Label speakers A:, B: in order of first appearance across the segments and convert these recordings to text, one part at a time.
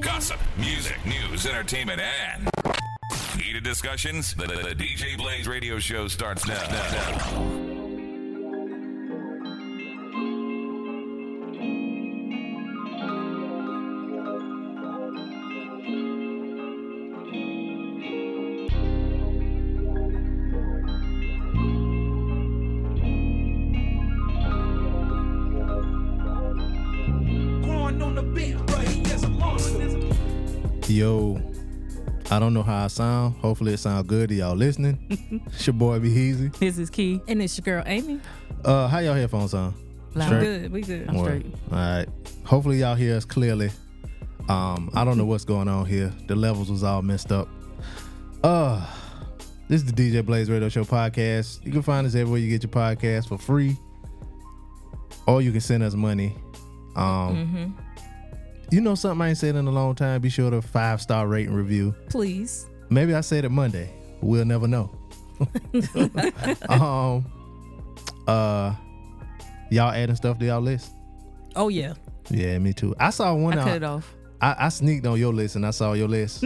A: Gossip, music, news, entertainment, and heated discussions. The, the, the DJ Blaze radio show starts now. now, now.
B: Yo, I don't know how I sound. Hopefully, it sounds good to y'all listening. it's your boy Be Easy.
C: This is Key.
D: And it's your girl Amy.
B: Uh, how y'all headphones sound?
D: Loud.
B: Straight?
D: Good. We good.
C: I'm
B: Well,
C: straight.
B: All right. Hopefully, y'all hear us clearly. Um, I don't know what's going on here. The levels was all messed up. Uh, this is the DJ Blaze Radio Show podcast. You can find us everywhere you get your podcast for free, or you can send us money. Um, you know something I ain't said in a long time. Be sure to five star rate and review.
D: Please.
B: Maybe I said it Monday. We'll never know. um, uh, y'all adding stuff to y'all list?
D: Oh yeah.
B: Yeah, me too. I saw
C: I
B: one.
C: cut it
B: I,
C: off.
B: I, I sneaked on your list and I saw your list,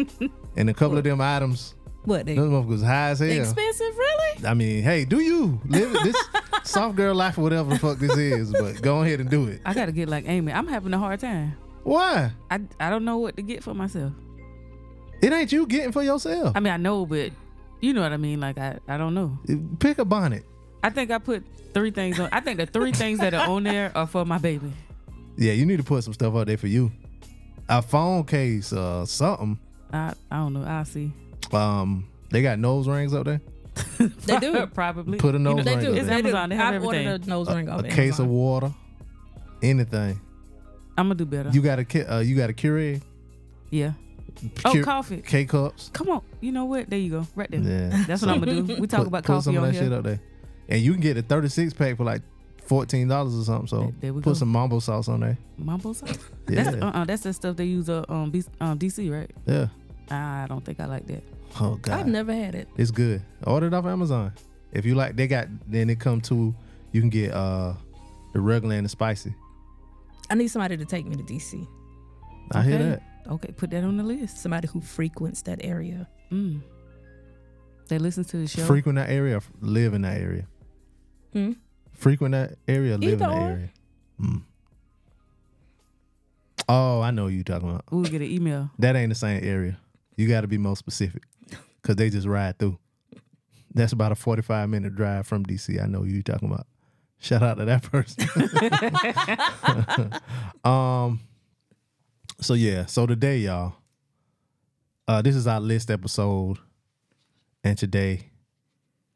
B: and a couple of them items.
D: What they
B: Those motherfuckers high as hell.
D: expensive? Really?
B: I mean, hey, do you live it- this soft girl life, or whatever the fuck this is? But go ahead and do it.
C: I gotta get like Amy. I'm having a hard time.
B: Why?
C: I, I don't know what to get for myself.
B: It ain't you getting for yourself.
C: I mean, I know, but you know what I mean. Like I, I don't know.
B: Pick a bonnet.
C: I think I put three things on. I think the three things that are on there are for my baby.
B: Yeah, you need to put some stuff out there for you. A phone case, uh, something.
C: I I don't know. I'll see.
B: Um, they got nose rings up there.
D: They do.
C: probably.
B: Put a nose
D: They
B: ring
D: do.
B: up
C: It's
B: there.
D: They do.
C: Amazon. They have
D: I've ordered
C: everything.
D: a nose ring
B: A
D: off
B: case of water. Anything.
C: I'm gonna do better.
B: You got a ki- uh, you got a Keurig.
C: yeah. Oh,
B: Keurig-
C: coffee.
B: K cups.
C: Come on. You know what? There you go. Right there.
B: Yeah.
C: That's what I'm gonna do. We talk
B: put,
C: about
B: put some
C: coffee
B: of
C: on
B: that
C: here.
B: shit up there, and you can get a 36 pack for like 14 dollars or something. So
C: There- there we
B: put
C: go.
B: some mambo sauce on there.
C: Mambo sauce.
B: Yeah,
C: That's uh, uh that's the stuff they use uh, um, B- um DC, right?
B: yeah.
C: I don't think I like that.
B: Oh
D: I've
B: god,
D: never had it.
B: it's good. Order it off Amazon. If you like, they got then it come to you can get uh the regular and the spicy.
D: I need somebody to take me to DC.
B: I hear
C: Okay.
B: that.
C: Okay, put that on the list.
D: Somebody who frequents that area.
C: Mm. They listen to the show.
B: Frequent that area, f- live in that area.
D: Hmm?
B: Frequent that area, live
D: Either
B: in that
D: or.
B: area. Mm. Oh, I know who you talking about.
C: We'll get an email.
B: That ain't the same area. You got to be more specific because they just ride through. That's about a 45 minute drive from DC. I know who you talking about. Shout out to that person. um, so yeah, so today, y'all, uh, this is our list episode, and today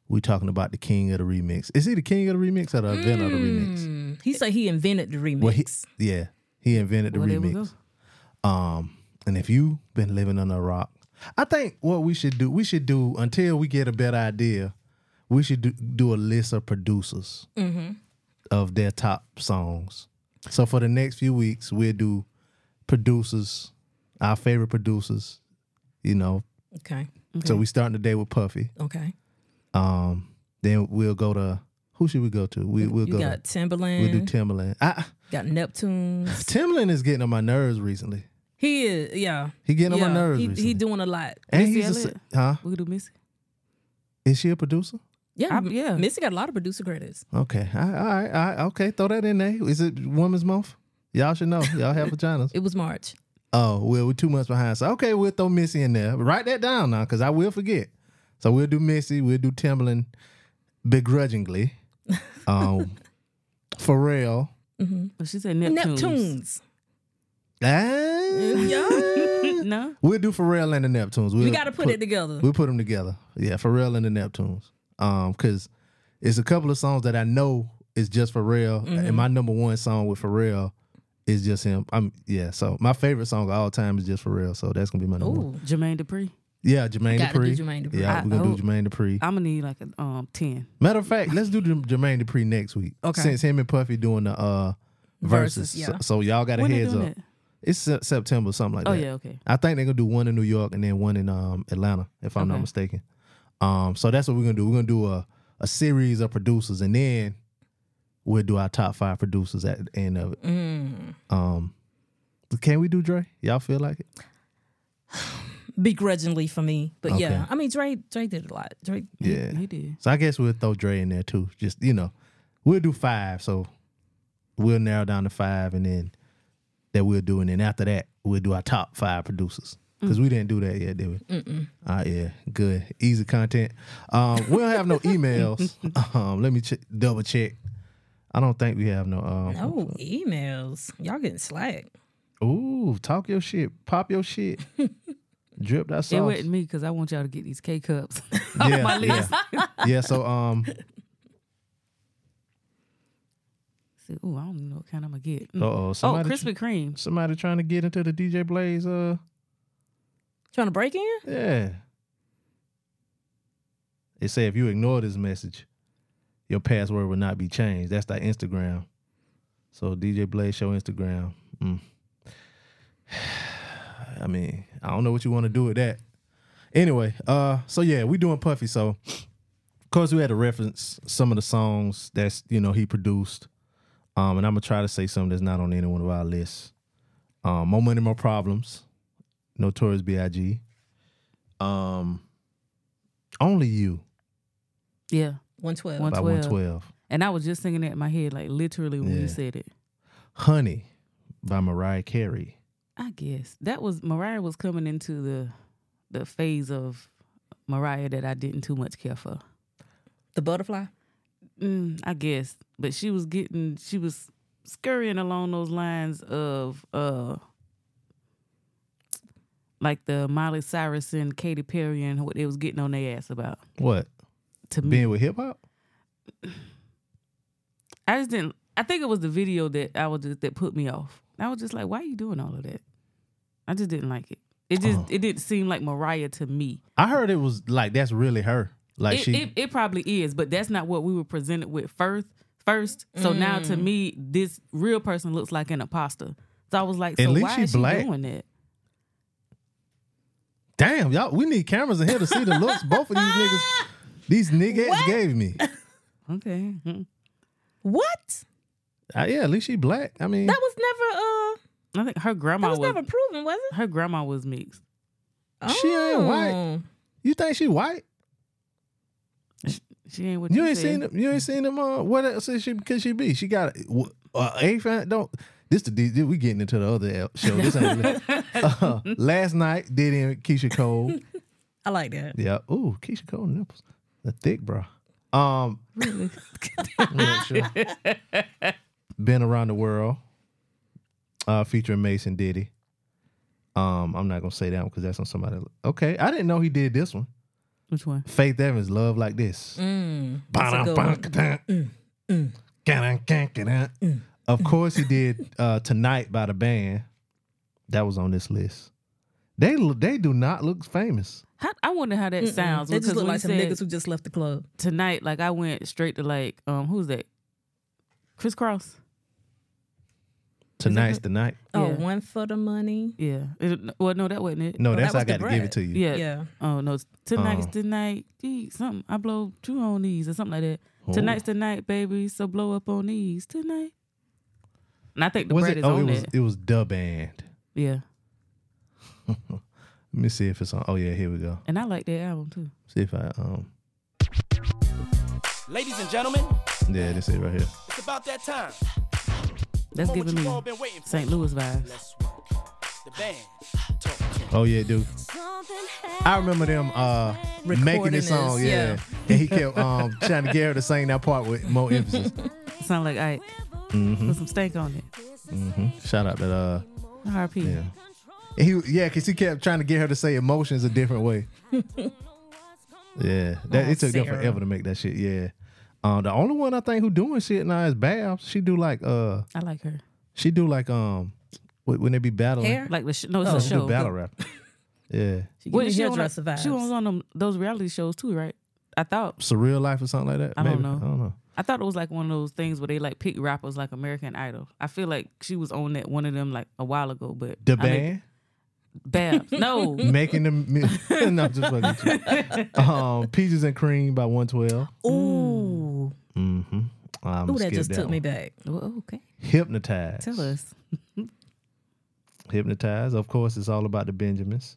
B: we talking about the king of the remix. Is he the king of the remix or the event of the remix?
D: Mm. He said he invented the remix.
B: Well, he, yeah, he invented the
C: Well, there we
B: remix. Um, and if you been living under a rock, I think what we should do, we should do until we get a better idea, we should do, do a list of producers of their top songs. So for the next few weeks, we'll do producers, our favorite producers, you know.
D: okay.
B: So we starting today with Puffy.
D: Okay.
B: Um, then we'll go to who should we go to? We we'll
D: You
B: go
D: got
B: to, we'll do
D: Timberland.
B: Timbaland. I,
D: got Neptune.
B: Timbaland is getting on my nerves recently.
D: he is. Yeah.
B: He getting on
D: Yeah.
B: my nerves
D: He,
B: recently.
D: he doing a lot.
B: and
C: Missy
B: he's a,
C: Elliott?
B: huh?
C: We'll do Missy.
B: Is she a producer?
D: Yeah.
C: I- yeah.
D: Missy got a lot of producer credits.
B: Okay. All right. All right. All right. Okay. Throw that in there. Is it Women's Month? Y'all should know. Y'all have vaginas.
D: It was March.
B: oh, well, we're two months behind. So, okay, we'll throw Missy in there. Write that down now because I will forget. So, we'll do Missy. We'll do Timberland begrudgingly. Um, Pharrell.
C: But Oh, she said Neptunes.
D: Neptunes.
B: Ah,
D: Yeah.
C: no?
B: we'll do Pharrell and the Neptunes. We'll
D: we got to put, it together.
B: We'll put them together. Yeah, Pharrell and the Neptunes. Um, cause it's a couple of songs that I know is just Pharrell,
D: Mm-hmm.
B: and my number one song with Pharrell is just him. I'm yeah. So my favorite song of all time is just Pharrell. So that's gonna be my number. One.
D: Ooh.
C: Jermaine Dupri.
B: Yeah, Jermaine
D: Gotta do
B: Dupri.
D: Jermaine Dupri.
B: Yeah,
C: I-
B: we're gonna
C: oh.
B: do Jermaine Dupri.
C: I'm gonna need like a um ten.
B: Matter of fact, let's do Jerm- Jermaine Dupri next week.
D: Okay.
B: Since him and Puffy doing the uh verses,
D: Verses, yeah.
B: so, so y'all got a
C: When they
B: heads up.
C: doing that?
B: It's Se- September, something like
C: Oh
B: that.
C: yeah, okay.
B: I think they're gonna do one in New York and then one in um, Atlanta, if I'm not
C: Okay.
B: mistaken. Um, so that's what we're gonna do. We're gonna do a, a series of producers, and then we'll do our top five producers at the end of it.
D: Mm.
B: Um, can we do Dre? Y'all feel like it?
D: begrudgingly for me. But
B: Okay.
D: yeah, I mean Dre Dre did a lot. Dre
B: Yeah.
C: He did.
B: So I guess we'll throw Dre in there too. Just you know, we'll do five. So we'll narrow down to five, and then that we'll do, and then after that we'll do our top five producers because we didn't do that yet, did we? Mm-mm. yeah, good, easy content. Um, we don't have no emails. um, let me ch- double check. I don't think we have no. Um,
D: No emails. Y'all getting slack.
B: Ooh, talk your shit, pop your shit, drip that
C: It
B: sauce.
C: wasn't me because I want y'all to get these K cups.
B: yeah, yeah, yeah. So um,
C: oh, I don't even know what kind I'm gonna get. Mm.
B: uh oh,
C: oh,
B: somebody.
C: Krispy Kreme.
B: Somebody trying to get into the DJ Blaze. Uh,
D: Trying to break in?
B: yeah. They say if you ignore this message, your password will not be changed. That's their Instagram. So DJ Blaze show Instagram. Mm. I mean, I don't know what you want to do with that. Anyway, uh, so yeah, we doing Puffy. So, of course, we had to reference some of the songs that's you know he produced. Um, and I'm gonna try to say something that's not on any one of our lists. Um, More Money, More Problems, Notorious B.I.G. Um, Only You
C: Yeah,
D: One twelve.
C: One-
B: by
C: 12.
B: 112.
C: and I was just singing that in my head, like literally when
B: Yeah.
C: you said it.
B: Honey by Mariah Carey.
C: I guess that was Mariah was coming into the the phase of Mariah that I didn't too much care for.
D: The butterfly.
C: Mm, I guess, but she was getting she was scurrying along those lines of uh like the Miley Cyrus and Katy Perry and what they was getting on their ass about.
B: What?
C: To me,
B: Being with hip hop?
C: I just didn't. I think it was the video that I was just that put me off. I was just like, why are you doing all of that? I just didn't like it. It just
B: Oh.
C: it didn't seem like Mariah to me.
B: I heard it was like that's really her. Like
C: it,
B: she
C: it, it probably is, but that's not what we were presented with first. First, so now
D: Mm.
C: to me, this real person looks like an imposter. So I was like,
B: At
C: so
B: least
C: why
B: she
C: is
B: black.
C: she doing that?
B: Damn, y'all, we need cameras in here to see the looks both of these niggas these niggas gave me.
C: Okay, mm.
D: What?
B: Uh, yeah, at least she black. I mean,
D: That was never uh
C: I think her
D: that
C: grandma
D: was
C: was,
D: never proven, was it?
C: her grandma was mixed.
B: She ain't white.
D: Oh.
B: you think she white?
C: She ain't what you,
B: You ain't
C: said.
B: seen them. You ain't seen them. Uh, what else is she, could she be? She got wh- uh, a fan. Don't this the D- we getting into the other L- show. This ain't, uh, last night, Diddy and Keisha Cole.
D: I like that.
B: Yeah. Ooh, Keisha Cole nipples. The thick bra. Um,
C: Really?
B: I'm not sure. been around the world. Uh, featuring Mason Diddy. Um, I'm not gonna say that one because that's on somebody. else. Okay, I didn't know he did this one.
C: Which one?
B: Faith Evans, love like this.
D: Mm. That's a good one. Mm,
B: Of course, he did uh, "Tonight" by the band. That was on this list. They they do not look famous.
C: How, I wonder how that sounds.
D: They just
C: because
D: look
C: when
D: like
C: you
D: some
C: said
D: niggas who just left the club.
C: tonight, like I went straight to like um who's that? Chris Cross.
B: Tonight's the night.
D: Oh,
C: Yeah.
D: one for the money.
C: Yeah. It, well, no, that wasn't it.
B: No,
D: Oh,
B: that's
D: that
B: I
D: was
B: got
D: the
B: to give it
D: Brad.
B: to you.
C: Yeah.
D: Yeah.
C: Oh no, it's tonight's
B: Oh.
C: the night. Gee, something. I blow two on these or something like that.
B: Oh.
C: Tonight's the night, baby. So blow up on these tonight. And I think the
B: was
C: bread
B: it?
C: is
B: Oh,
C: on
B: it was
C: that.
B: it was the band.
C: Yeah.
B: Let me see if it's on. Oh yeah, here we go.
C: And I like that album too.
B: See if I um.
E: Ladies and gentlemen,
B: Yeah, this it right here.
E: it's about that time.
C: That's
E: Moment
C: giving
E: you've all
C: me
E: been waiting for.
C: St. Louis vibes.
E: Let's work. The band. Talk to
B: Oh yeah, dude. I remember them uh making
D: Recording
B: this song,
D: this,
B: yeah.
D: yeah.
B: And he kept um trying to get her to sing that part with more emphasis.
C: Sound like Ike.
B: Mm-hmm.
C: Put some stank on it.
B: Shout out to uh
C: R.P.
B: yeah. And he yeah, cause he kept trying to get her to say emotions a different way. yeah. That
D: Oh,
B: it took them
D: Sarah.
B: forever to make that shit, yeah. Um the only one I think who doing shit now is Babs. She do like uh
C: I like her.
B: she do like um wh- when they be battling.
D: Hair?
C: Like the sh- no, it's
D: Oh.
C: a
B: She do
C: show.
B: battle rap. yeah.
D: She
C: What
D: give me
C: she, on,
D: hairdresser
C: she was
D: vibes.
C: on them, those reality shows too, right? I thought
B: Surreal life or something like that?
C: I
B: Maybe.
C: don't know.
B: I don't know.
C: I thought it was like one of those things where they like pick rappers like American Idol. I feel like she was on that one of them like a while ago, but
B: The
C: I mean,
B: band?
C: Babs. No.
B: making the mi- no, just fucking with you. um, peaches and cream by one twelve.
D: Ooh.
B: Mm-hmm. I'm
D: Ooh, that just took me back.
C: Well, okay.
B: Hypnotized.
C: Tell us.
B: Hypnotized. Of course, it's all about the Benjamins.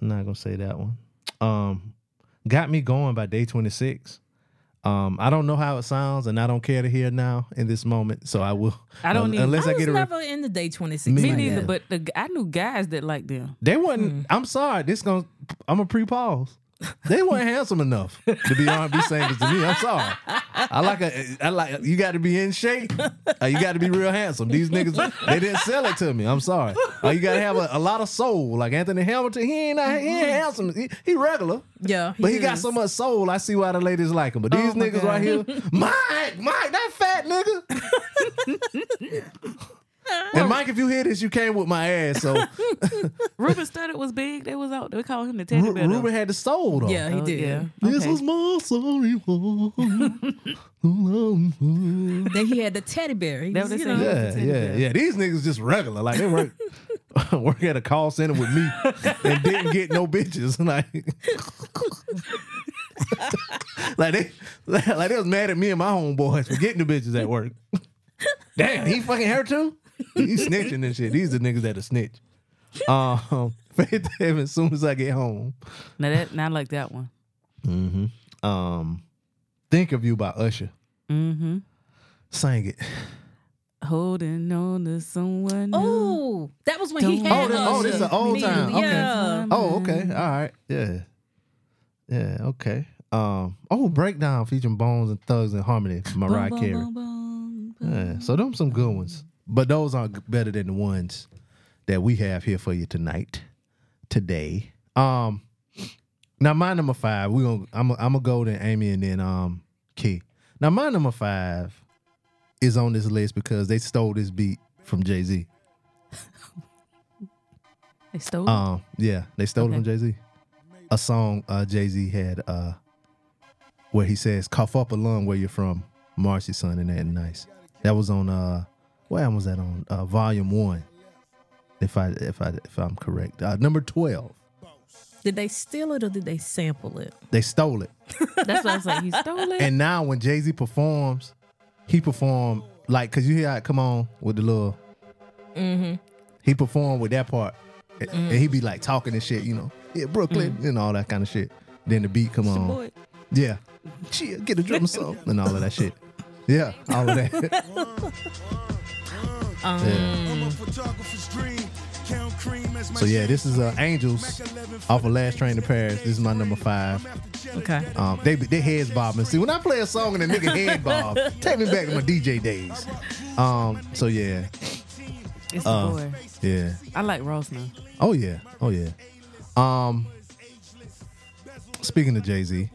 B: not gonna say that one. Um, got me going by day twenty six. Um, I don't know how it sounds, and I don't care to hear now in this moment. So I will.
C: I don't
B: un-
C: need-
B: unless I,
D: I was
B: get a. re-
D: never in the day 26.
B: Me
C: Me
D: like
C: neither,
D: that.
C: but the, g- I knew guys that liked them.
B: they wasn't.
C: Hmm.
B: I'm sorry. This gonna. I'm a pre pause. They weren't handsome enough to be R&B singers to me. I'm sorry. I like a. I like you. Got to be in shape. Uh, you got to be real handsome. These niggas they didn't sell it to me. I'm sorry. Uh, you got to have a, a lot of soul. Like Anthony Hamilton, he ain't not, he
C: Mm-hmm.
B: ain't handsome. He, he regular.
D: Yeah,
B: But he got
D: is.
B: so much soul, I see why the ladies like him. But these
C: Oh, my
B: niggas right here, Mike, Mike, that fat nigga. and Mike, if you hear this, you came with my ass. So Ru-
C: Ruben Studdard was big. They was out. They called him the teddy bear. though.
B: Ruben had the soul though.
D: Yeah, he
C: Oh,
D: did.
C: yeah.
B: This
C: Okay.
B: is my sorry one.
D: Then he had the teddy bear. He
C: That
D: was,
C: what they
D: you
C: say.
D: know,
B: yeah, yeah, yeah. These niggas just regular. Like they work work at a call center with me and didn't get no bitches. Like, like they like, like they was mad at me and my homeboys for getting the bitches at work. Damn, he fucking her too? He snitching and shit. These the niggas that a snitch. Um Faith Evans, as soon as I get home.
C: Now that now I like that one.
B: Um Think of You by Usher.
C: Mm-hmm.
B: Sang it.
C: Holding on to someone. new.
D: Oh, that was when he
C: Don't
B: Oh,
D: had.
B: this- oh, this is
D: Usher.
B: an old
D: Me,
B: time. Okay.
D: Yeah.
B: Oh, okay. All
C: Mm.
B: right. Yeah. Yeah, okay. Um oh breakdown featuring Bones and Thugs and Harmony, Mariah
C: Boom, boom,
B: Carey.
C: boom, boom, boom.
B: Yeah, so them some good ones, but those are better than the ones that we have here for you tonight, today. Um, now my number five, we gonna I'm i I'm gonna go to Amy and then um Key. Now my number five is on this list because they stole this beat from Jay Z.
C: They stole. it.
B: Um, yeah, they stole it
C: Okay.
B: from Jay Z. A song uh, Jay Z had uh, where he says, "Cough up a lung where you're from, Marcy son, and that and nice." That was on uh, what album was that on? Uh, volume one, if I if I if I'm correct, uh, number twelve.
D: Did they steal it or did they sample it?
B: They stole it,
C: That's what I was like. He stole it.
B: and now when Jay Z performs, he performed like because you hear I come on with the little.
D: Mm-hmm.
B: he performed with that part, and, and he be like talking and shit, you know, yeah, Brooklyn
D: Mm.
B: and all that kind of shit. Then the beat come on,
C: boy.
B: yeah, chill, get a drum song and all of that shit. Yeah, all of that.
D: Um,
F: I'm a photographer's dream. Count cream as my
B: so yeah, this is uh, Angels off of Last Train to Paris. This is my number five.
D: Okay.
B: Um, they they heads bobbing. See, when I play a song and a nigga head bob, take me back to my DJ days. Um, so yeah,
C: It's
B: uh,
C: the boy.
B: yeah.
C: I like Ross now.
B: Oh yeah, oh yeah. Um, speaking of Jay Z,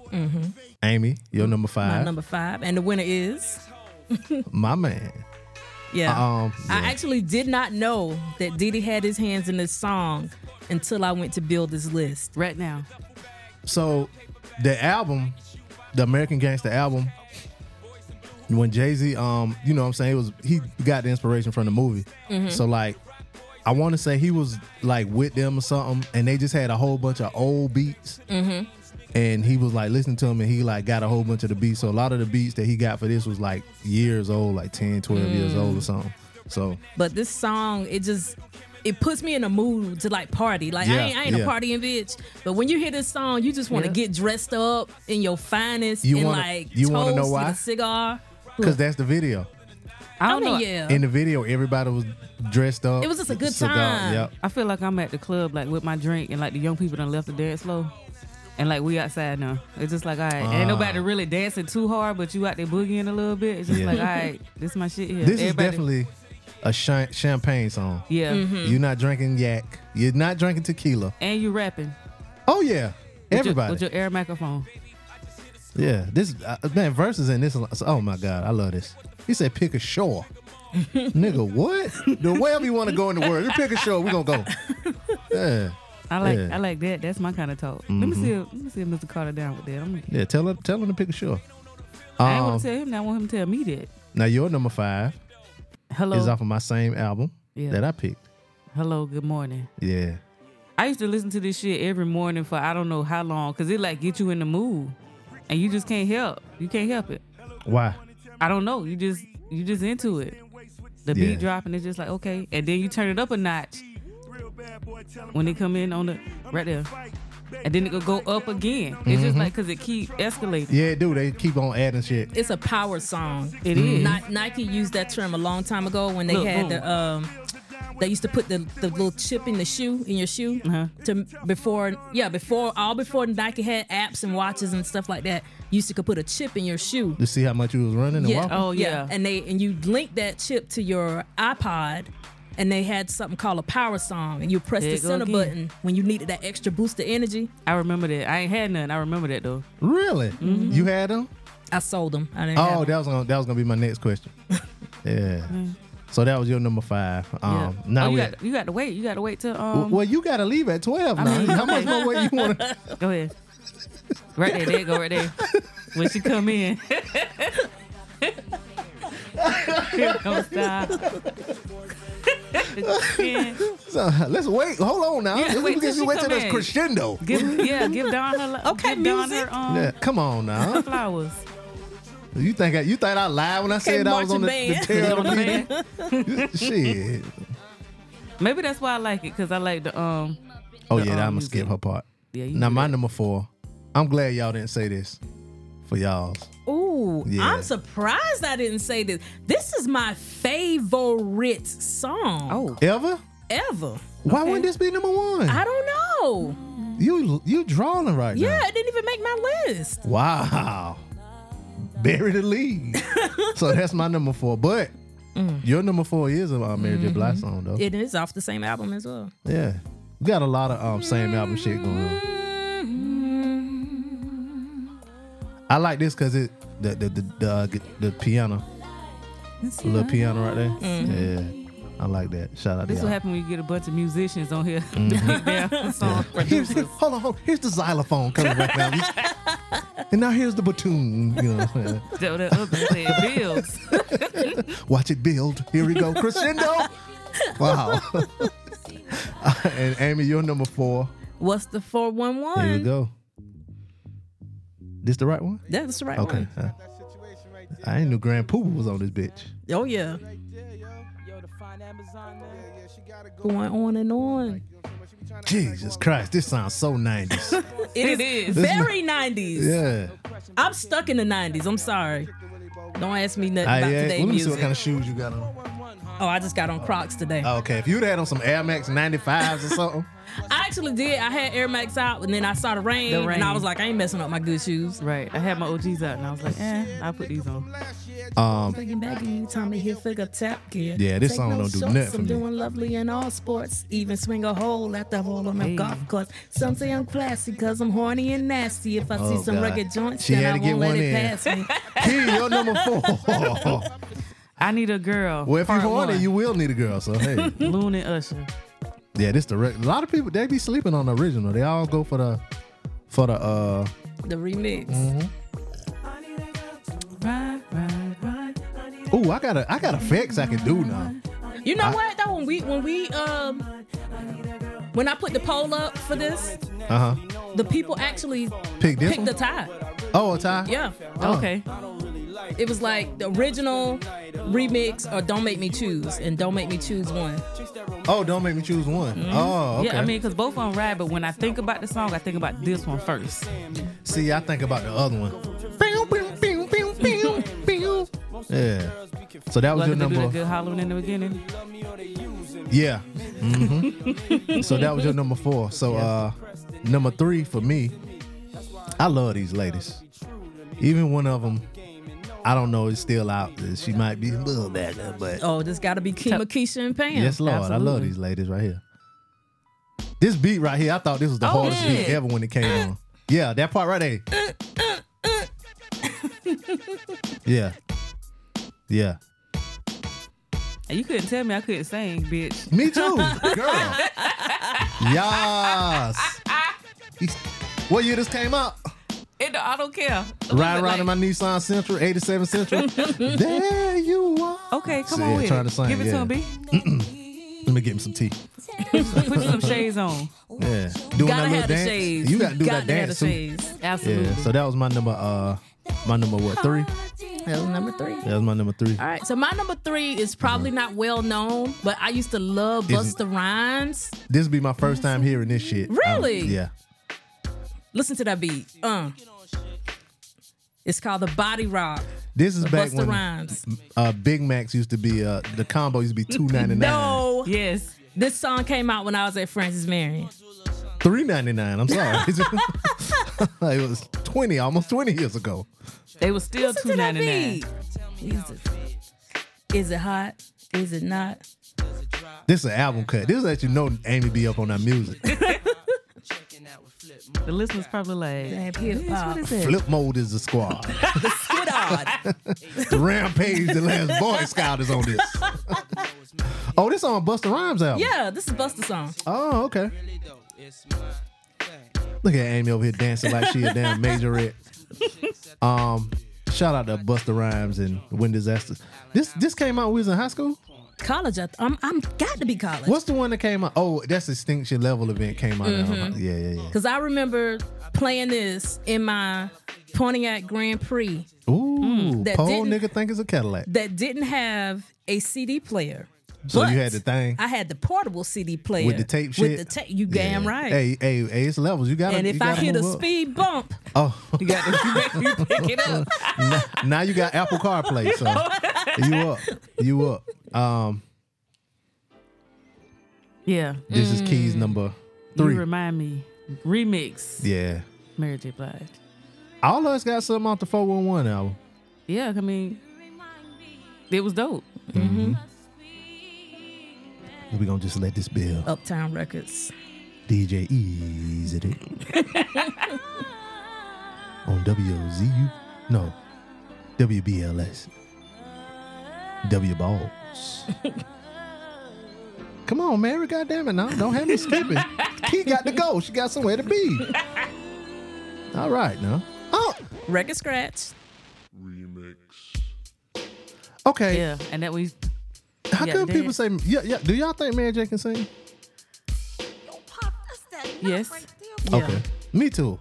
B: Amy, your number
D: my
B: five, my,
D: number five, and the winner is
B: man.
D: yeah.
B: Um,
D: I
B: yeah.
D: actually did not know that Diddy had his hands in this song until I went to build this list.
C: Right now.
B: So, the album, the American Gangster album, when Jay Z, um, you know, what I'm saying it was he got the inspiration from the movie.
D: Mm-hmm.
B: So like, I want to say he was like with them or something, and they just had a whole bunch of old beats.
D: Mm-hmm.
B: And he was like listening to him, and he like got a whole bunch of the beats. So a lot of the beats that he got for this was like years old, like 10, 12 years
D: Mm.
B: old or something. So
D: But this song, it just it puts me in a mood to like party. Like I
B: Yeah,
D: ain't, I ain't
B: yeah.
D: a partying bitch. But when you hear this song, you just want to
C: Yeah.
D: get dressed up in your finest
B: You
D: and
B: wanna-
D: like
B: you wanna
D: toast
B: know why?
D: with a cigar.
B: because that's the video.
C: I
D: I
C: don't know.
D: mean, yeah.
B: In the video, everybody was dressed up.
D: It was just a good
B: Cigar,
D: time.
B: Yep.
C: I feel like I'm at the club, like with my drink, and like the young people done left the dance floor. And like we outside now. It's just like, all right. ain't nobody really dancing too hard, but you out there boogieing a little bit. It's
B: Ah.
C: just
B: Yeah.
C: like, all right, this my shit here.
B: This is
C: Everybody-
B: definitely a sh- champagne song.
C: Yeah.
D: Mm-hmm.
B: You're not drinking yak. You're not drinking tequila.
C: And you rapping.
B: Oh yeah,
C: With
B: everybody.
C: Your, with your air microphone.
B: yeah, this uh, man verses in this. Oh my god, I love this. He said, "Pick a shore." Nigga, what? The wherever you want to go in the world, you pick a shore. We gonna go. Yeah,
C: I like
B: Yeah. Mm-hmm.
C: I like that. That's my kind of talk. Let me see if, let me see if Mr. Carter down with that. I'm,
B: yeah. Tell her, tell him to pick a shore.
C: I ain't
B: Um,
C: want to tell him. that. I want him to tell me that.
B: now your number five
C: Hello.
B: is off of my same album
C: Yeah.
B: that I picked.
C: Hello. Good morning.
B: Yeah.
C: I used to listen to this shit every morning for I don't know how long, cause it like get you in the mood, and you just can't help. You can't help it.
B: Why?
C: I don't know. You just you just into it. The
B: Yeah.
C: beat dropping is just like okay, and then you turn it up a notch, when they come in on the right there, and then it could go up again. It's
B: Mm-hmm.
C: just like because it keep escalating.
B: Yeah, dude, they keep on adding shit.
D: It's a power song.
C: It is.
D: Ni- Nike used that term a long time ago when they
C: Look, boom.
D: had the um, they used to put the, the little chip in the shoe in your shoe
C: Uh-huh.
D: to before yeah before all before Nike had apps and watches and stuff like that you used to could put a chip in your shoe.
B: To see how much you was running and walking.
C: Oh, yeah.
D: and they and you link that chip to your iPod. And they had something called a power song, and you press
C: There
D: the
C: it go
D: center
C: again.
D: button when you needed that extra boost of energy.
C: I remember that. I ain't had none. I remember that though.
B: Really?
C: Mm-hmm.
B: You had them?
D: I sold them. I didn't have
B: Oh,
D: 'em.
B: that was gonna that was gonna be my next question. yeah. So that was your number five. Um,
C: yeah.
B: Now
C: oh, you
B: we.
C: got you got to wait. You got to wait till um.
B: well, you gotta leave at twelve. now.
C: mean-
B: how much more wait you want? to
C: Go ahead. Right there. There you go. Right there. When she come in. Here goes style. give,
B: uh, Let's wait. Hold on now.
C: Yeah,
B: Let's-
C: wait
B: we
C: till
B: can
C: she
B: wait till
C: come
B: this
C: in.
B: crescendo.
C: yeah, give Don her.
D: Okay,
C: give Dawn
D: music.
C: her um,
B: Yeah, come on now.
C: flowers.
B: You think I, you think I lied when I said I was on the,
D: marching
B: the
D: band.
B: tail of the
C: Man.
B: meeting? Shit.
C: Maybe that's why I like it because I like the um.
B: Oh
C: The,
B: yeah, I'm
C: um,
B: gonna
C: music.
B: skip her part.
C: Yeah, you
B: Now
C: do
B: my
C: that.
B: number four. I'm glad y'all didn't say this for y'all.
D: Ooh,
B: Yeah.
D: I'm surprised I didn't say this. This is my favorite song
C: Oh,
B: Ever?
D: ever.
B: Why wouldn't this be number one?
D: I don't know.
B: you you drawing right now.
D: Yeah, it didn't even make my list.
B: Wow. Bury the lead. so that's my number four. But your number four is about Mary J. Blige song though.
D: It is off the same album as well.
B: yeah. We got a lot of um, same album shit going on. Mm. I like this because it the the the the, uh, g- the piano, a little piano right there. Yeah, I like that. Shout out
C: this
B: to
C: will
B: y'all.
C: happen when you get a bunch of musicians on here.
B: Mm-hmm.
C: to pick their song
B: Here's,
C: producers.
B: hold on, hold on. Here's the xylophone coming right now. and now here's the platoon. You know what I'm saying?
C: So that other said bills.
B: Watch it build. Here we go. Crescendo. Wow. and Amy, you're number four.
D: What's the
B: There you
D: 411?
B: go. This the right one?
D: That's the right
B: Okay.
D: one.
B: huh. I ain't knew Grand Pooh was on this bitch.
D: Oh, yeah.
E: Yo, to find Amazon now.
D: Going on and on.
B: Jesus Christ, this sounds so 90s.
C: It is.
D: Very 90s.
B: yeah.
D: I'm stuck in the 90s. I'm sorry. Don't ask me nothing
B: I,
D: about
B: yeah.
D: today's
B: Let me see
D: music.
B: what kind of shoes you got on.
D: oh, I just got on Crocs today.
B: Oh, okay, if you'd had on some Air Max 95s or something.
D: I actually did. I had Air Max out, and then I saw the rain,
C: The rain.
D: and I was like, I ain't messing up my good shoes.
C: Right. I had my OGs out and I was like, eh, I'll put these on.
B: Um,
D: Bringing back you, Tommy Hilfiger tap gear.
B: Yeah, this song don't do nothing for
D: I'm
B: me.
D: doing lovely in all sports, even swing a hole at the hole on the
C: Hey.
D: golf course. Some say I'm classy because I'm horny and nasty. If I
B: Oh,
D: see some
B: God.
D: rugged joints,
B: She
D: then
B: had
D: I
B: to get
D: won't let
B: one
D: it
B: in.
D: pass me.
B: Key, you're number four.
C: I need a girl.
B: well, if you're
C: part
B: horny,
C: one.
B: you will need a girl. So hey,
C: Loon and Usher.
B: yeah, this the re- a lot of people they be sleeping on the original. They all go for the for the uh
D: the remix.
C: Right, right, right.
B: oh I got a I got a fix I can do now.
D: You know what though? When we when we um when I put the poll up for this,
B: Uh huh.
D: the people actually
B: Pick this
D: picked the
B: one.
D: tie.
B: oh, a tie.
D: Yeah.
B: Oh.
C: Okay.
D: It was like the original remix or Don't Make Me Choose and Don't Make Me Choose One.
B: Oh, don't make me choose one. Oh, okay.
C: Yeah, I mean, because both of them ride, but when I think about the song, I think about this one first.
B: See, I think about the other one. Pew, pew, pew, pew, pew, pew. Yeah. So that was your
C: Like if they do that
B: number.
C: good hollering in the beginning.
B: Yeah. hmm so that was your number four. So uh number three for me, I love these ladies. Even one of them, I don't know, is still out. She might be a little better, but
D: Oh, this gotta be Kima Keisha and Pam.
B: yes, Lord, I love
C: absolutely.
B: these ladies right here. This beat right here, I thought this was the
C: Oh,
B: hardest beat
C: yeah. Uh,
B: ever when it came on. Yeah, that part right there. yeah. Yeah.
C: And you couldn't tell me I couldn't sing, bitch.
B: Me too, girl. yes. What year this came out?
C: It, I don't care.
B: Riding around in my
C: Like-
B: Nissan Central, 87 Central. there you are.
C: Okay, come
B: See,
C: on
B: yeah,
C: with
B: trying to
C: it.
B: sing,
C: Give it
B: yeah.
C: to him, B.
B: Oh. Let me get me some tea.
C: Put some shades on.
B: Yeah. Doing
D: Gotta
B: that little
D: have the
B: dance.
D: shades.
B: You gotta do that
D: have
B: dance
D: the
B: too.
D: shades.
C: Absolutely.
B: Yeah. So that was my number uh my number what, three?
D: That was number three.
B: That was my number three.
D: All right, so my number three is probably not well known, but I used to love
B: Isn't-
D: Busta Rhymes.
B: This would be my first time hearing this shit. I don't-
D: Really?
B: yeah.
D: Listen to that beat. Uh. It's called the Body Rock.
B: This is back
D: Busta
B: when
D: Rhymes.
B: uh, Big Macs used to be uh, the combo used to be two ninety nine.
D: No,
C: Yes.
D: this song came out when I was at Francis Marion.
B: Three ninety nine. I'm sorry. it was twenty, almost twenty years ago.
C: They were still
D: Listen
C: two
D: to that
C: ninety nine.
D: beat. Jesus. Is it hot? Is it not?
B: This is an album cut. This let you know Amy be up on that music.
C: The listeners probably like,
D: Damn, hip
C: "Bitch,
D: hop.
C: what is that?
B: Flip mode is the squad.
D: Squidard.
B: The rampage, the last Boy Scout is on this. oh, this on Buster Rhymes album.
D: yeah, this is Busta song.
B: Oh, okay. Look at Amy over here dancing like she a damn majorette. um, shout out to Buster Rhymes and Wind Disaster. This this came out when we was in high school.
D: College, I th- I'm, I'm got to be college.
B: What's the one that came out? Oh, that's Extinction Level event came out.
D: Mm-hmm.
B: Yeah, yeah, yeah.
D: Because I remember playing this in my Pontiac Grand Prix
B: Ooh,
D: Mm. that
B: pole
D: didn't-
B: nigga think it's a Cadillac.
D: that didn't have a CD player.
B: So
D: But
B: you had the thing
D: I had the portable CD player
B: with the tape shit.
D: With the tape, you damn
B: Yeah.
D: right.
B: Hey, hey, hey, it's levels. You got.
D: and if I hit a speed bump,
B: oh,
C: You got to you pick it up.
B: now, now you got Apple CarPlay. So you up, you up. Um,
C: Yeah.
B: this is keys
D: Mm.
B: number three.
C: You remind me. Remix.
B: yeah,
C: Mary J. Blige.
B: all of us got something off the four one one album.
C: Yeah, I mean, it was dope.
B: We gonna just let this build.
D: Uptown Records.
B: DJ Easy Dick. on WZU. No. WBLS. W Balls. Come on, Mary. God damn it. Now, don't have me skipping. he got to go. She got somewhere to be. All right, now. Oh,
D: Record scratch.
B: okay.
C: Yeah, and that we.
B: How
C: yeah,
B: come
C: they-
B: people say, yeah, yeah. Do y'all think Mary J can sing?
C: Yes.
B: Okay. Me too.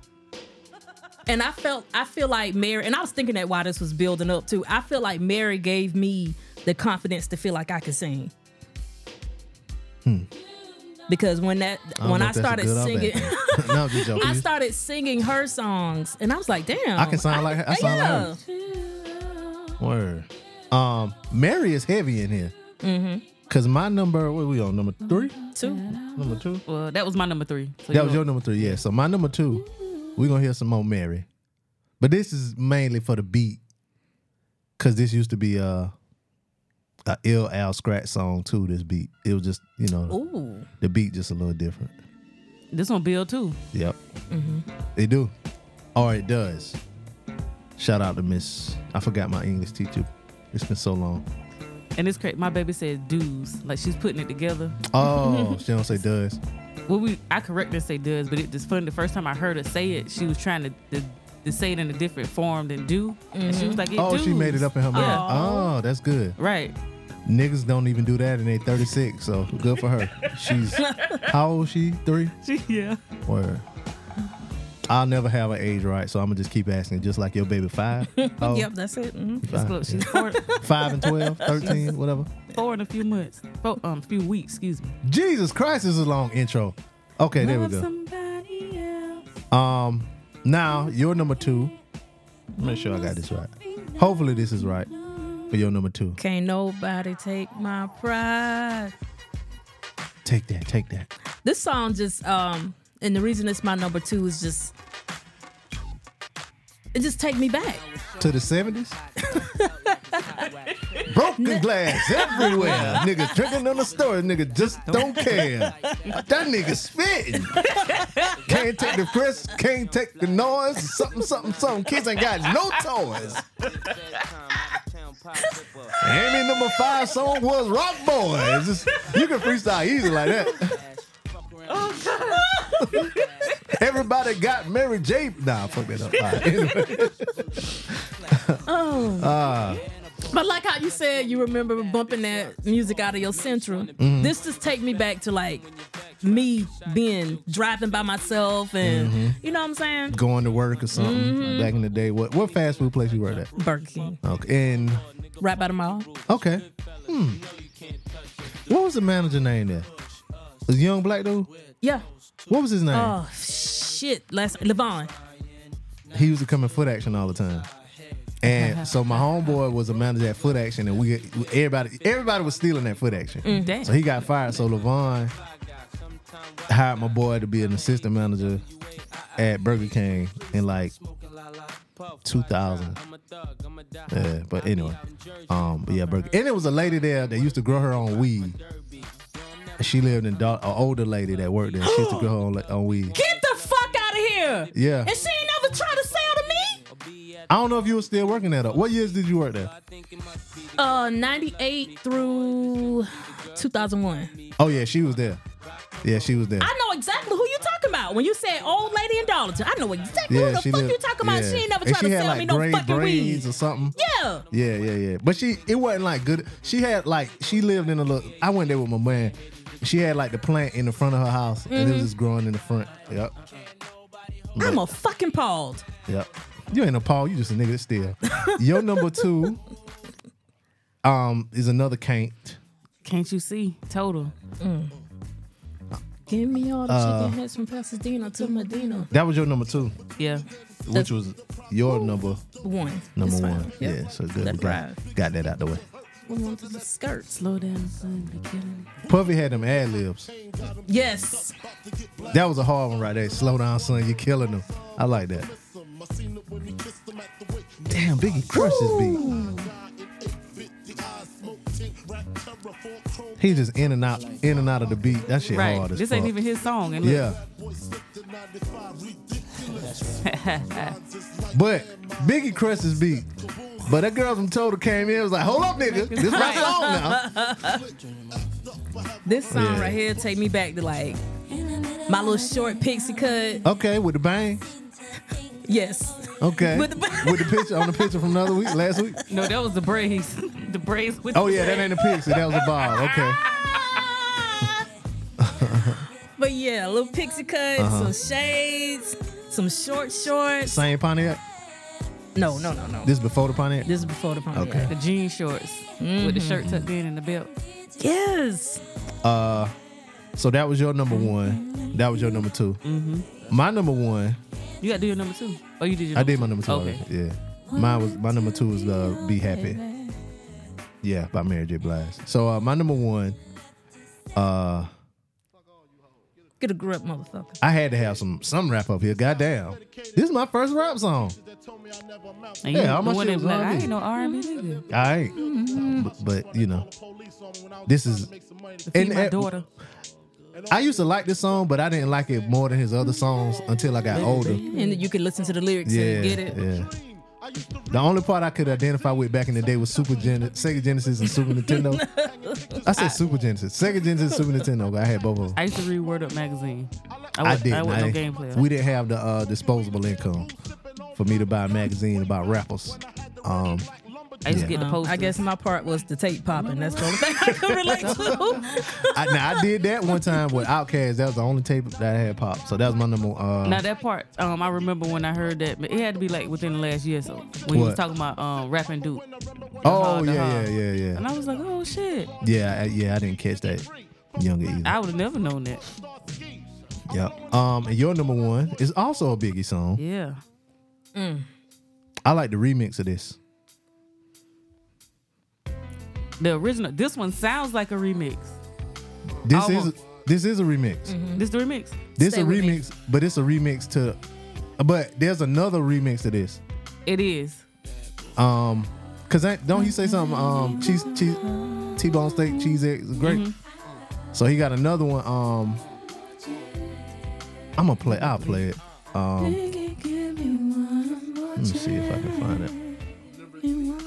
D: And I felt I feel like Mary, and I was thinking that while this was building up too. I feel like Mary gave me the confidence to feel like I could sing. Because when that
B: Hmm. don't
D: when
B: know
D: I
B: if that's a
D: started
B: good or bad
D: singing,
B: thing. no, I'm just joking.
D: I started singing her songs, and I was like, "Damn,
B: I can sound like her. I sound like her.
D: yeah."
B: Word. Um, Mary is heavy in here. Mm-hmm. Cause my number, what we on? Number three?
D: Too.
B: Number two?
C: Well, that was my number three. So
B: That
C: you
B: was
C: know-
B: your number three, yeah. So my number two, we're gonna hear some more Mary. But this is mainly for the beat. Cause this used to be uh a ill Al scratch song too, this beat. It was just, you know,
D: Ooh,
B: the beat just a little different.
C: This one, Bill, too.
B: Yep. They do. Or it does. Shout out to Miss I forgot my English teacher. It's been so long.
C: And it's crazy. My baby said dues. Like she's putting it together.
B: Oh, she don't say does.
C: Well, we I correct her to say does, but it just funny. The first time I heard her say it, she was trying to to, to say it in a different form than do, and she
D: Mm-hmm.
C: was like, it
B: Oh, she
C: dues.
B: made it up in her mind.
C: Yeah.
B: Oh, that's good.
C: Right.
B: Niggas don't even do that, and they 36, so good for her. She's how old? is She three.
C: She, yeah.
B: Word. I'll never have an age right, so I'm gonna just keep asking, just like your baby five. Oh,
D: yep, that's it. Mhm.
C: It's
B: Fine,
C: close.
B: yeah.
C: She's four,
B: Five and 12, 13, whatever.
C: four in a few months. Four, um, few weeks. Excuse me.
B: Jesus Christ, this is a long intro. Okay, there we
C: Love
B: go.
C: somebody else.
B: Um, now your number two. Make sure I got this right. Hopefully this is right for your number two.
D: Can't nobody take my pride.
B: Take that, take that.
D: This song just um, and the reason it's my number two is just it just take me back.
B: to the 70s? Broken glass everywhere. nigga drinking on the store. Nigga just don't care. That nigga spitting. Can't take the crisp, can't take the noise. Something, something, something. Kids ain't got no toys. Amy number five song was Rock Boys. It's- you can freestyle easy like that. Everybody got Mary J. Nah, fuck that up. All right. Anyway.
D: Oh. but like how you said, you remember bumping that music out of your central. This just take me back to like me being driving by myself and you know what I'm saying?
B: Going to work or something back in the day. What what fast food place you worked at?
D: Burger King,
B: Okay. And
D: right by the mall.
B: okay. Hmm. What was the manager name there? Was a young black dude?
D: Yeah.
B: What was his name?
D: Oh shit. Last Levon.
B: he used to come in Foot Action all the time. And so my homeboy was a manager at Foot Action, and we everybody everybody was stealing that Foot Action.
C: Damn.
B: So he got fired. So Levon hired my boy to be an assistant manager at Burger King in like 2000. Yeah, but anyway, um, but yeah, Burger. And it was a lady there that used to grow her own weed. She lived in Dal- an older lady that worked there. She used to grow her own, like, own weed.
D: Get the fuck out of here.
B: Yeah.
D: And she ain't never try to sell to me.
B: I don't know if you were still working there. Though. What years did you work there?
D: Uh, 98 through 2001.
B: Oh yeah, she was there. Yeah, she was there.
D: I know exactly who you talking about when you said old lady in Darlington. I know exactly
B: yeah,
D: who the fuck
B: lived-
D: you talking about.
B: yeah.
D: She ain't never
B: And
D: trying to
B: she had,
D: sell
B: like,
D: me no
B: gray
D: fucking
B: braids
D: weed.
B: or something.
D: Yeah.
B: Yeah, yeah, yeah. But she, it wasn't like good. She had like she lived in a little. I went there with my man. She had like the plant in the front of her house,
D: Mm-hmm.
B: and it was just growing in the front. Yep,
D: I'm a fucking palled.
B: yep. You ain't a Paul. You just a nigga that's still. Your number two, um, is another can't.
C: Can't you see? Total.
D: Give me all the
B: Uh,
D: chicken heads from Pasadena to Medina.
B: That was your number two,
C: Yeah.
B: which was your number
D: One.
B: number
D: It's fine.
B: one.
D: Yep.
B: Yeah, so good.
D: That's
B: We got, got that out the way.
D: One more to the skirts.
C: Slow down, son. Be killing it.
B: Puffy had them ad libs.
D: Yes.
B: That was a hard one right there. Slow down, son. You're killing them. I like that. Damn, Biggie crushed this beat. He just in and out, in and out of the beat. That shit
C: Right.
B: hard as
C: This ain't
B: fuck.
C: even his song. And look,
B: Yeah. but Biggie crushed his beat. But that girl from Total came in was like, hold up, nigga. This my song now.
D: This song
B: Yeah.
D: right here take me back to like my little short pixie cut.
B: Okay, with the bang.
D: Yes.
B: Okay.
D: With the bang.
B: With the picture on the picture from the other week, last week.
C: No, that was the braids. the braids with
B: Oh
C: the
B: yeah, that ain't a pixie. That was a ball. Okay.
D: but yeah, a little pixie cut, some shades, some short shorts.
B: Same Pontiac.
D: No, no, no, no.
B: This is before the Pontiac.
D: This is before the prom. Mm-hmm.
B: Okay.
D: Okay.
C: The jean shorts with the shirt tucked in and the belt.
D: Yes.
B: So that was your number one. That was your number 2
D: Mm-hmm.
B: My number one.
C: You got to do your number two. Oh, you did your
B: I
C: number
B: did my number two.
C: Okay.
B: already. Yeah. Mine was my number two was uh, "Be Happy." Yeah, by Mary J. Blige. So uh, my number one, uh,
D: Get a grip, motherfucker.
B: I had to have some some rap up here. Goddamn, this is my first rap song.
C: And you
B: Yeah, how
C: the
B: much
C: one
B: shit
C: that
B: was
C: be like,
B: on
C: I
B: it?
C: ain't no R&B nigga.
B: All right. But, but, you know, this is.
C: Mm-hmm. Feed
B: And,
C: my
B: and-
C: daughter.
B: I used to like this song, but I didn't like it more than his other songs until I got older.
D: And you can listen to the lyrics
B: Yeah,
D: and get it.
B: yeah. The only part I could identify with back in the day was Super Gen- Sega Genesis and Super Nintendo. I said Super Genesis, Sega Genesis, Super Nintendo. I had both of them.
C: I used to read Word Up magazine. I,
B: I
C: was,
B: didn't.
C: I wasn't no
B: I-
C: game player.
B: We didn't have the uh, disposable income for me to buy a magazine about rappers. Um,
C: I used to
B: yeah.
C: get the
D: Um,
C: posters.
D: I guess my part was the tape popping. That's the only thing I could relate to.
B: I, now I did that one time with Outkast. That was the only tape that I had popped. So that was my number. Uh,
C: Now that part, um, I remember when I heard that, but it had to be like within the last year or so when he was
B: What?
C: talking about um, rapping Duke,
B: oh
C: hall,
B: yeah,
C: the
B: yeah,
C: hall.
B: yeah,
C: and
B: yeah,
C: I was like, oh shit,
B: yeah, I- yeah. I didn't catch that younger either.
C: I would have never known that.
B: Yeah. Um, and your number one is also a Biggie song.
C: Yeah,
B: I like the remix of this.
C: the original. This one sounds like a remix.
B: This
C: Album.
B: is this is a remix.
D: Mm-hmm.
C: This the remix.
B: This
D: Stay
B: a
D: with me.
B: remix, but it's a remix to. But there's another remix of this.
C: It is.
B: Um, cause I, don't he say something? Um, cheese, cheese, T-bone steak, cheese eggs, great. So he got another one. Um, I'm gonna play. I'll play it. Um, let me see if I can find it.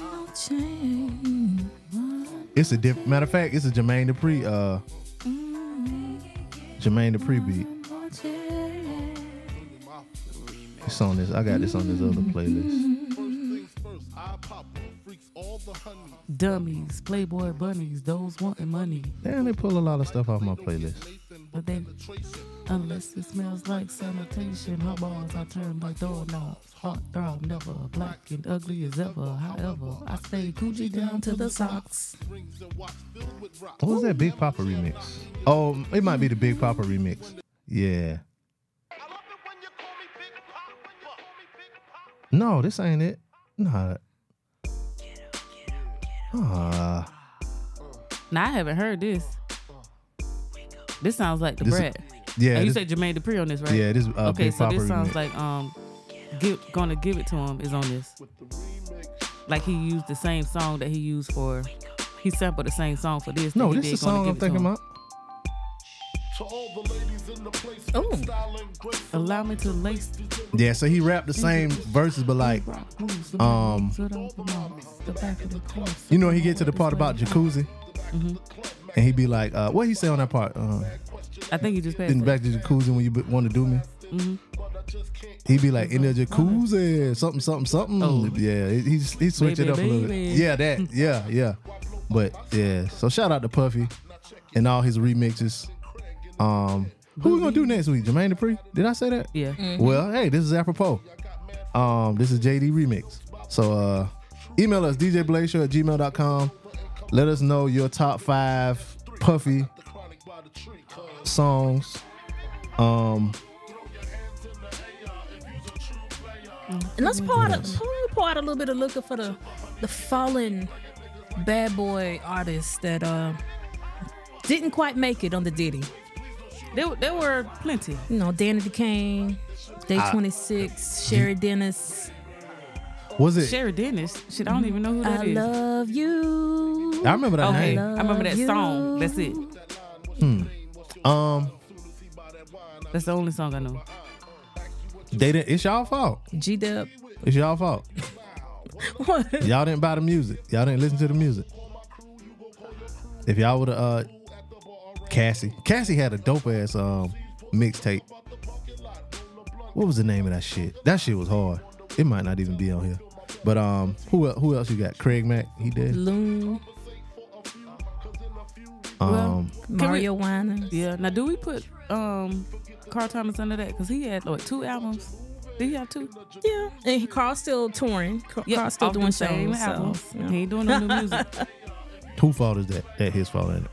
B: It's a diff- matter of fact. It's a Jermaine Dupri. Uh, Jermaine Dupri beat. It's on this. I got this on this other playlist.
C: Dummies, Playboy bunnies, those wanting money.
B: Damn, they pull a lot of stuff off my playlist.
C: but they unless it smells like sanitation. Her balls I turn like doorknobs. Hot throb never black and ugly as ever. However, I stay coochie down to the socks.
B: What was that Big Papa remix? Oh, it might be the Big Papa remix. Yeah. No, this ain't it. Nah. Ah,
C: Now I haven't heard this. This sounds like the
B: This-
C: Brat.
B: yeah.
C: and Oh, you
B: this-
C: say Jermaine Dupri on this, right?
B: yeah, this uh,
C: okay,
B: Big
C: so
B: Papa
C: this sounds
B: remix.
C: like um, give, gonna give it to him is on this. Like he used the same song that he used for. He sampled the same song for this. that
B: no,
C: he
B: this is
C: did
B: the
C: Gonna
B: song I'm
C: Give It to
B: thinking
C: Him.
B: about.
D: Oh,
C: Allow me to lace
B: Yeah, so he rapped the
C: Mm-hmm.
B: same verses, but like, um, you know, he get to the part about jacuzzi,
C: Mm-hmm.
B: and he be like, uh, "What he say on that part? Uh,
C: I think he just passed.
B: then
C: it.
B: back to jacuzzi when you want to do me."
C: Mm-hmm.
B: He be like in the jacuzzi, something, something, something.
C: Oh.
B: Yeah, he he, he switched
C: Baby,
B: it up a little bit.
C: baby.
B: Yeah, that. Yeah, yeah. But yeah, so shout out to Puffy and all his remixes. Um, who we gonna do next week? Jermaine Dupri? Did I say that?
C: Yeah.
B: Well, hey, this is apropos. Um, this is JD Remix. So uh email us djblazer at gmail.com. Let us know your top five puffy songs. Um
D: and let's pour out, a, can we pour out a little bit of liquor for the the fallen bad boy artists that uh didn't quite make it on the Diddy.
C: There, there were plenty.
D: You know, Danny DeCane, Day 26, Sherry Dennis.
B: was it
C: Sherry Dennis. Shit, I don't even know who that
D: I
C: is.
D: love you.
B: I remember that
C: okay,
B: name.
C: I remember that
D: Love
C: song. That's it.
D: you.
B: Um
C: That's the only song I know.
B: they didn't it's y'all fault.
D: G Dub.
B: It's y'all fault. y'all didn't buy the music. Y'all didn't listen to the music. If y'all would have uh Cassie. Cassie had a dope ass um mixtape. What was the name of that shit? That shit was hard. It might not even be on here. But um who el- who else you got? Craig Mack, he did.
D: Loon,
B: Um
D: Mario Winans.
C: Yeah. Now, do we put um Carl Thomas under that? Cause he had like two albums. Did he have two?
D: Yeah, and Carl's still touring. Car-
C: Yeah,
D: Carl's still
C: off the
D: doing
C: same
D: shows. So,
C: albums.
D: yeah.
C: He ain't doing no new music.
B: who fault is that? That his fault ain't it?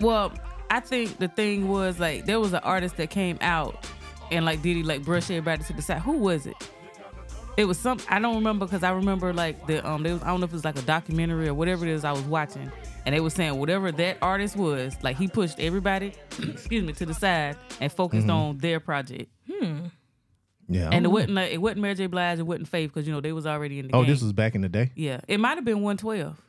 C: Well, I think the thing was like there was an artist that came out and like Diddy like brushed everybody to the side. Who was it? It was some I don't remember because I remember like the um they was, I don't know if it was like a documentary or whatever it is I was watching and they were saying whatever that artist was like he pushed everybody excuse me to the side and focused
B: Mm-hmm.
C: on their project
B: Yeah.
C: and it wasn't like it wasn't Mary J Blige it wasn't Faith because you know they was already in the
B: oh,
C: game.
B: this was back in the day.
C: yeah it might have been one twelve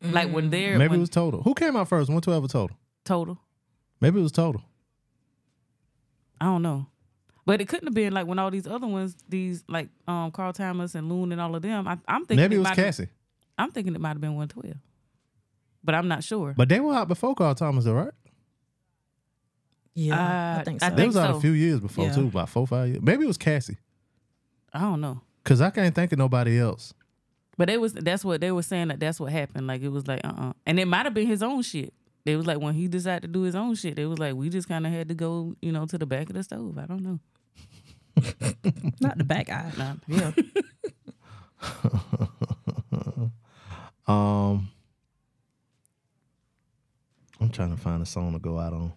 C: like when they're
B: Maybe it
C: when-
B: was total. Who came out first? One twelve or total?
C: total
B: Maybe it was total.
C: I don't know. But it couldn't have been like when all these other ones, these like um Carl Thomas and Loon and all of them. I, I'm thinking
B: Maybe it was
C: might have-
B: Cassie.
C: I'm thinking it might have been 112, but I'm not sure.
B: But they were out before Carl Thomas, though, right?
D: yeah,
C: Uh,
D: I think so.
C: I
B: They
C: think-
B: was out
C: so.
B: a few years before
D: Yeah.
B: too, about four five years. Maybe it was Cassie,
C: I don't know.
B: cause I can't think of nobody else.
C: But it was that's what they were saying that that's what happened. Like it was like uh uh and it might have been his own shit. It was like when he decided to do his own shit, it was like we just kind of had to go, you know, to the back of the stove. I don't know.
D: Not the back eye.
C: Nah, yeah,
B: Um, I'm trying to find a song to go out on.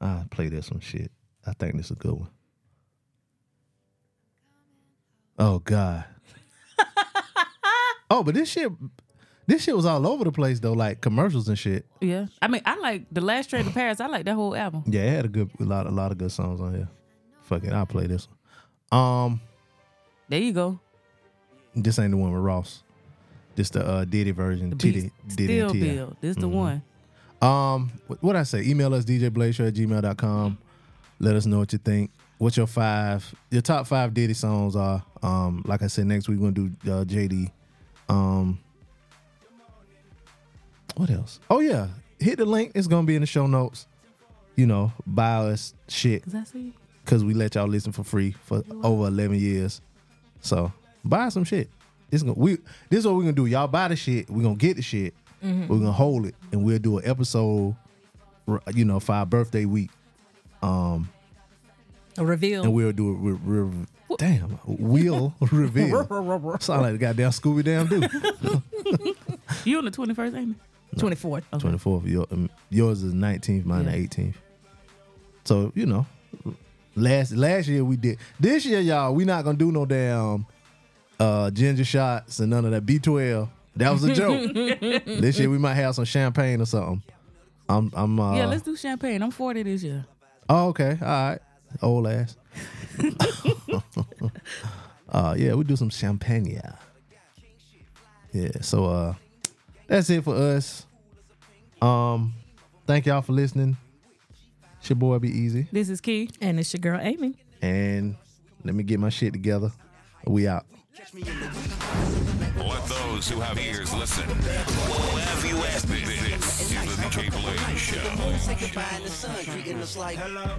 B: I play this some shit. I think this is a good one. Oh God. oh, but this shit, this shit was all over the place though, like commercials and shit.
C: yeah. I mean, I like the last train to Paris. I like that whole album.
B: Yeah, it had a good a lot a lot of good songs on here. Fuck it, I'll play this one. Um,
C: There you go.
B: this ain't the one with Ross. This the uh Diddy version. Diddy, Diddy
C: Still
B: and Mm-hmm. T.I.
C: build. This the one.
B: Um, what would I say? Email us djblayshow at gmail.com. Let us know what you think. What your five, your top five Diddy songs are. Um, like I said, next week we're gonna do uh, JD. Um, what else? Oh yeah, hit the link. It's gonna be in the show notes. You know, buy us shit.
C: Is that see?
B: because we let y'all listen for free for over 11 years. So buy some shit. This gonna, we this is what we're gonna do. Y'all buy the shit. We're gonna get the shit. We're gonna hold it, and we'll do an episode r- you know, for our birthday week,
D: A reveal.
B: and we'll do it. Re- re- damn, we'll reveal. Sound like the goddamn Scooby Damn dude.
C: You on the twenty first, ain't it?
D: 24th.
B: Twenty fourth. Your, um, yours is nineteenth. Mine the
D: Yeah.
B: eighteenth. So you know, last last year we did. This year, y'all, we not gonna do no damn uh, ginger shots and none of that B twelve. That was a joke. this year we might have some champagne or something. I'm I'm uh,
C: yeah, let's do champagne. I'm forty this year.
B: Oh, okay. All right. Old ass. uh yeah, we do some champagne. Yeah. Yeah. So uh that's it for us. Um thank y'all for listening. It's your boy be easy.
C: This is Key.
D: And it's your girl, Amy.
B: And let me get my shit together. We out.
A: Let those who have ears listen. Wherever you at, this is the DJ Blaze Show.
G: Say goodbye in the sun, treating us like.
F: Hello.